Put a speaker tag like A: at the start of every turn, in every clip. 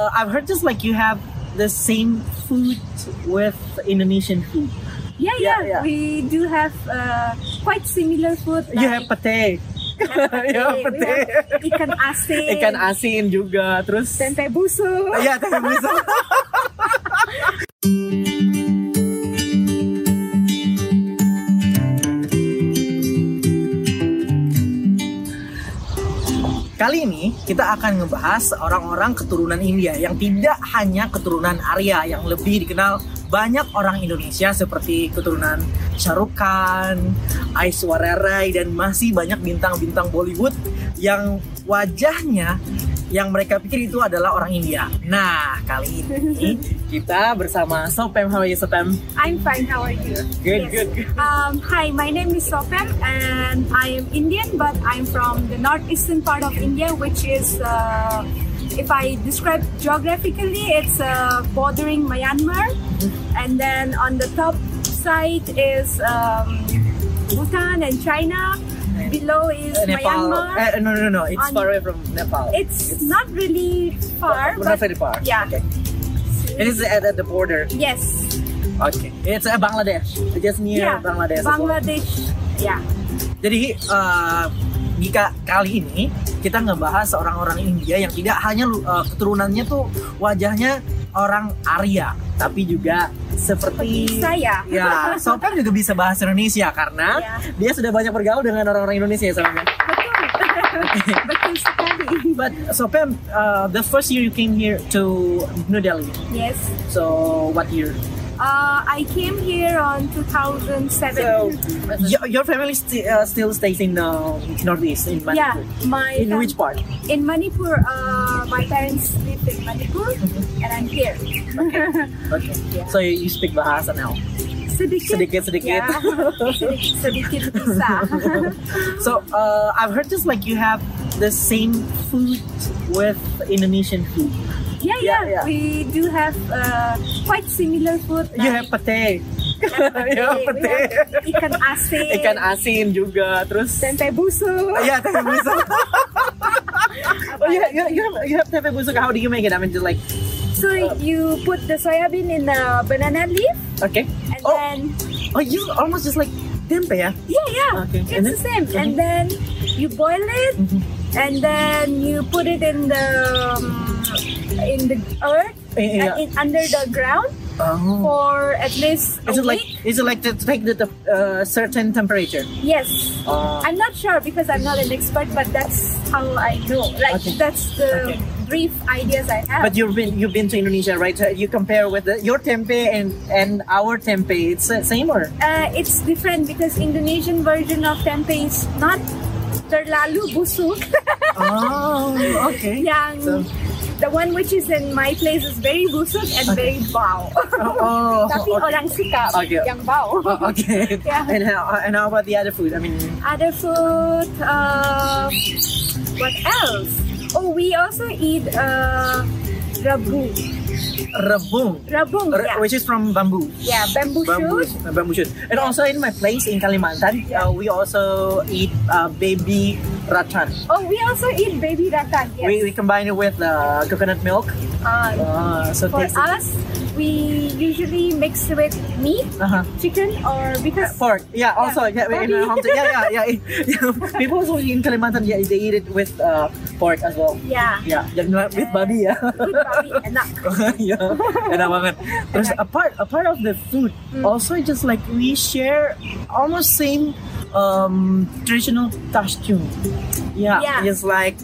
A: Uh, I've heard just like you have the same food with Indonesian food.
B: Yeah,
A: Yeah,
B: yeah.
A: yeah.
B: We do have uh, quite similar food.
A: You have pate. you have
B: We
A: pate.
B: have ikan asin,
A: Ikan asin juga. Terus
B: tempe busuk.
A: Ya, tempe bisa. Kali ini kita akan ngebahas orang-orang keturunan India yang tidak hanya keturunan Arya yang lebih dikenal banyak orang Indonesia seperti keturunan Shahrukh Khan, Aishwarya Rai dan masih banyak bintang-bintang Bollywood yang wajahnya yang mereka pikir itu adalah orang India. Nah, kali ini kita bersama Sopem. How are you, Sopem?
B: I'm fine. How are you?
A: Good, good, good.
B: Um, hi, my name is Sopam, and I am Indian, but I'm from the northeastern part of India, which is, uh, if I describe geographically, it's uh, bordering Myanmar, and then on the top side is um, Bhutan and China. Below is
A: Nepal.
B: Myanmar.
A: Eh, no, no, no. It's
B: On-
A: far away from Nepal.
B: It's not really far,
A: not
B: but
A: very far.
B: yeah.
A: Okay. It is at, at the border.
B: yes,
A: Okay. It's uh, Bangladesh. It's just near
B: yeah,
A: Bangladesh. as well.
B: Iya, Bangladesh, yeah.
A: Jadi eh, jika kali ini kita ngebahas orang-orang India yang tidak hanya eh, keturunannya tuh wajahnya orang Arya, tapi juga seperti
B: Seperti saya.
A: Ya, Sopan juga bisa bahasa Indonesia karena
B: Ya.
A: dia sudah banyak bergaul dengan orang-orang Indonesia ya Sopan.
B: Betul, betul sekali.
A: But Sopan, eh, the first year you came here to New Delhi.
B: Yes,
A: So what year?
B: uh, I came here on 2007.
A: Your, your family sti- uh, still stays in uh, Northeast in
B: yeah,
A: Manipur.
B: my
A: In which part?
B: in Manipur, uh, my parents live in Manipur, and I'm here.
A: Okay. So you speak Bahasa now.
B: sedikit,
A: Sedikit, sedikit.
B: yeah. Sedikit- sedikit bisa.
A: So uh, I've heard just like you have the same food with Indonesian food.
B: yeah, yeah,
A: Yeah, yeah.
B: We do have uh, quite similar food.
A: You
B: like
A: have pate,
B: pete,
A: Yeah,
B: we
A: pete.
B: have Ikan asin.
A: ikan asin juga, terus
B: Tempe busuk.
A: yeah, tempe busuk. oh yeah, you, you have you have tempe busuk. How do you make it? I mean, just like
B: So you put the soybean in a banana leaf
A: okay.
B: and
A: Oh.
B: then
A: Oh, you almost just like tempe, yeah?
B: yeah, yeah,
A: Okay. Mm-hmm.
B: it's
A: And
B: the same.
A: Mhm.
B: And then you boil it and then you put it in the um, in the earth
A: Eh, eh,
B: and
A: yeah.
B: in, under the ground
A: Oh.
B: for at least Uh, a
A: Is it like
B: week.
A: is it like to take the te- uh, certain temperature?
B: yes.
A: Uh,
B: I'm not sure because I'm not an expert, but that's how I know. Like
A: Okay.
B: that's the
A: Okay.
B: brief ideas I have.
A: But you've been you've been to Indonesia, right? Uh, You compare with the, your tempe and and our tempe. It's uh, same or?
B: uh, it's different because Indonesian version of tempeh is not terlalu busuk
A: Oh, okay.
B: yang
A: So-
B: the one which is in my place is very busuk and very bau.
A: Oh,
B: Tapi
A: okay.
B: orang suka
A: Okay.
B: yang bau.
A: Oh, okay.
B: Yeah.
A: And how and how about the other food? I mean,
B: Other food, uh, what else? Oh, we also eat uh, rabu.
A: rebung,
B: Rabung,
A: r-
B: yeah.
A: which is from bamboo.
B: Yeah, bamboo
A: Bamboo,
B: shoot.
A: uh, bamboo shoot. And also in my place in Kalimantan,
B: Yeah.
A: uh, we also eat uh, baby ratan.
B: Oh, we also eat baby ratan. Yes.
A: We, we combine it with uh, coconut milk.
B: Uh,
A: Uh, so
B: for
A: tasty.
B: us, we usually mix with meat,
A: Uh-huh.
B: chicken, or because
A: Pork, yeah. oh, Also, yeah, in my
B: Babi.
A: hometown, yeah, yeah, yeah, yeah. People also in Kalimantan, yeah, they eat it with uh, pork as well.
B: yeah,
A: Yeah, dan with babi ya.
B: good babi, enak.
A: Iya, enak banget. Terus
B: Enak.
A: apart apart of the food,
B: Hmm.
A: also just like we share almost same um, traditional costume. Yeah,
B: Yeah.
A: it's like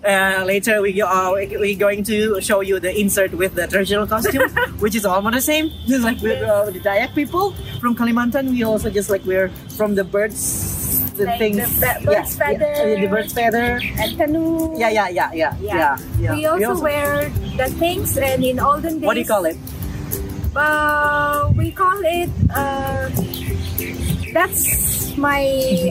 A: uh, later we go uh, we- we going to show you the insert with the traditional costume, which is almost the same. Just like with uh, the Dayak people from Kalimantan, we also just like we're from the birds. The
B: Like
A: things,
B: the ba- bird's
A: yeah, yeah,
B: feather.
A: the bird's feather,
B: And canoe.
A: yeah, yeah, yeah, yeah, yeah.
B: Yeah.
A: yeah.
B: We also, wear the things, and in olden days,
A: what do you call it?
B: Uh, we call it. Uh, that's my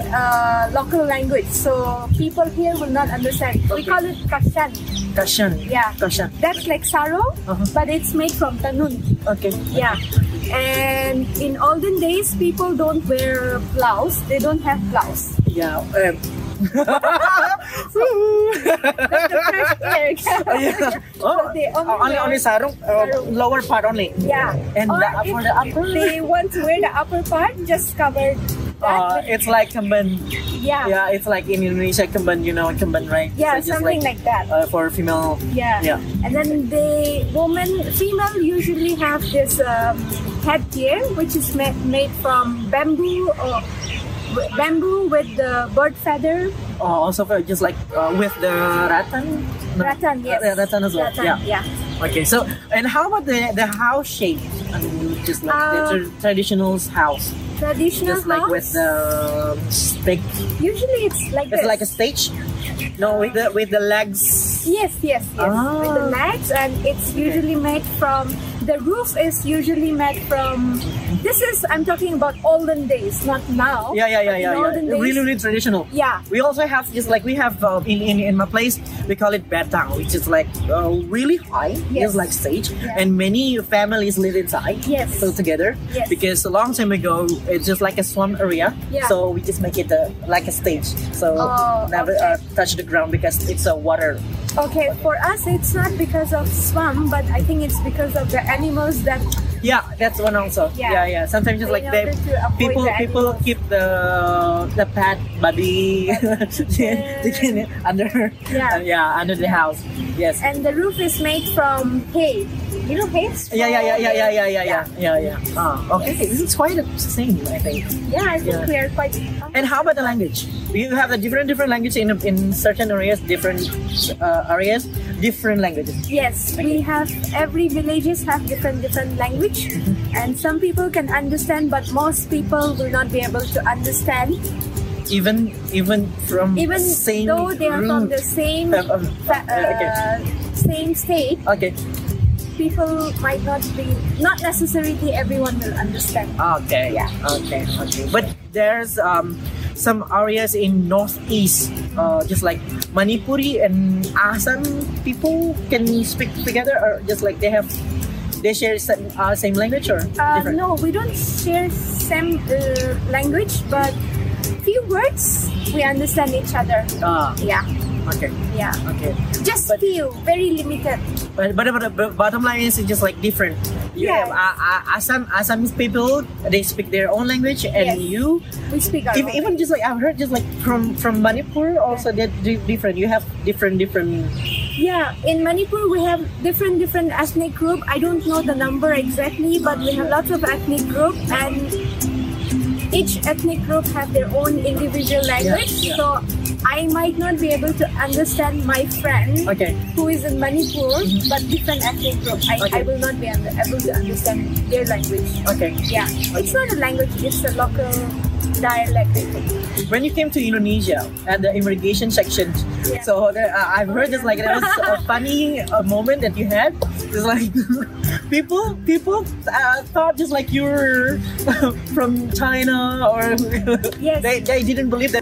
B: uh, local language, so people here will not understand. We call it kashan.
A: Kashan.
B: Yeah.
A: Kashan.
B: That's like saro,
A: Uh-huh.
B: but it's made from tanun.
A: Okay.
B: Yeah. And in olden days, people don't wear blouse. They don't have blouse.
A: Yeah. Um,
B: Like the fresh air.
A: Oh, yeah. Oh,
B: But they only
A: only
B: wear-
A: only sarung, uh, lower part only.
B: Yeah.
A: And
B: or
A: the up-
B: if
A: for the upper?
B: They want to wear the upper part, just cover that.
A: Uh,
B: with-
A: it's like kemben.
B: yeah. Yeah,
A: Yeah, it's like in Indonesia kemben, you know kemben, right? It's just
B: something like, that.
A: uh, for female.
B: yeah.
A: yeah.
B: And then the women, female usually have this um, headgear, which is ma- made from bamboo or w- bamboo with the bird feather
A: Oh, also for just like uh, with the rattan. No.
B: rattan. Yes.
A: Uh, Yeah, rattan as well.
B: Rattan,
A: Yeah.
B: yeah.
A: Okay, so and how about the the house shape? I mean, just like the
B: Uh,
A: tra- traditional house,
B: Traditional
A: just like with
B: house,
A: the stick.
B: Usually it's like
A: It's
B: this.
A: like a stage. No, with the with the legs.
B: Yes, yes, yes. With the
A: Ah.
B: mats, and it's usually made from the roof is usually made from. This is I'm talking about olden days, not now.
A: Yeah, yeah, yeah,
B: but
A: yeah.
B: in
A: yeah.
B: Olden days,
A: Really, really traditional.
B: Yeah,
A: We also have just like we have uh, in, in in my place we call it betang, which is like uh, really high,
B: Yes.
A: it's like stage,
B: Yeah.
A: and many families live inside.
B: Yes.
A: so together.
B: Yes.
A: because a long time ago it's just like a swamp area.
B: Yeah.
A: so we just make it a, like a stage. So
B: Oh,
A: never
B: okay.
A: uh, touch the ground because it's a water.
B: okay. For us, it's not because of swamp, but I think it's because of the animals that
A: Yeah, that's one also. yeah.
B: Yeah.
A: yeah. Sometimes just
B: In
A: like they.
B: order to avoid
A: People,
B: the
A: people keep the the pet body chicken under uh,
B: Yeah.
A: yeah under the house yes
B: and the roof is made from hay. You know hay? Straw
A: Yeah, yeah, yeah, yeah, yeah, yeah, yeah,
B: Yeah.
A: yeah, yeah, yeah. Ah, okay. This is quite a thing, I think.
B: Yeah, I think
A: Yeah.
B: we are quite.
A: And how about the language? You have the different different language in in certain areas, different uh, areas, different languages.
B: Yes, we have every villages have different different language, and some people can understand, but most people will not be able to understand,
A: Even even from
B: even
A: same
B: though they are from
A: root.
B: the same
A: Um, um,
B: fa-
A: uh, okay.
B: uh, same state.
A: Okay.
B: People might not be not necessarily everyone will understand.
A: Okay.
B: Yeah.
A: Okay. Okay. But there's um some areas in northeast, uh, just like Manipuri and Assam people can speak together, or just like they have they share same, uh, same language or
B: Uh,
A: different.
B: no, we don't share same uh, language, but few words we understand each other.
A: Ah,
B: Yeah,
A: okay,
B: yeah,
A: okay.
B: just
A: But-
B: few, very limited.
A: But, but, but, but bottom line is it's just like different. You have
B: Yeah.
A: uh, uh, Assam, Assamese people, they speak their own language, and
B: Yes.
A: you
B: We speak our
A: ev-
B: own.
A: even just like I've heard just like from from Manipur also that di- different. You have different different.
B: Yeah, in Manipur we have different different ethnic group. I don't know the number exactly, but we have lots of ethnic group and each ethnic group have their own individual language.
A: yeah.
B: So I might not be able to understand my friend
A: Okay,
B: who is in Manipur, but different ethnic group. I, I
A: Okay.
B: will not be under, able to understand their language.
A: okay.
B: Yeah, it's not a language; it's a local dialect. I think.
A: When you came to Indonesia at the immigration section,
B: Yeah.
A: so there, uh, I've heard just like there was a funny uh, moment that you had. Just like people people uh, thought just like you were from China or.
B: Yes.
A: They, they didn't believe that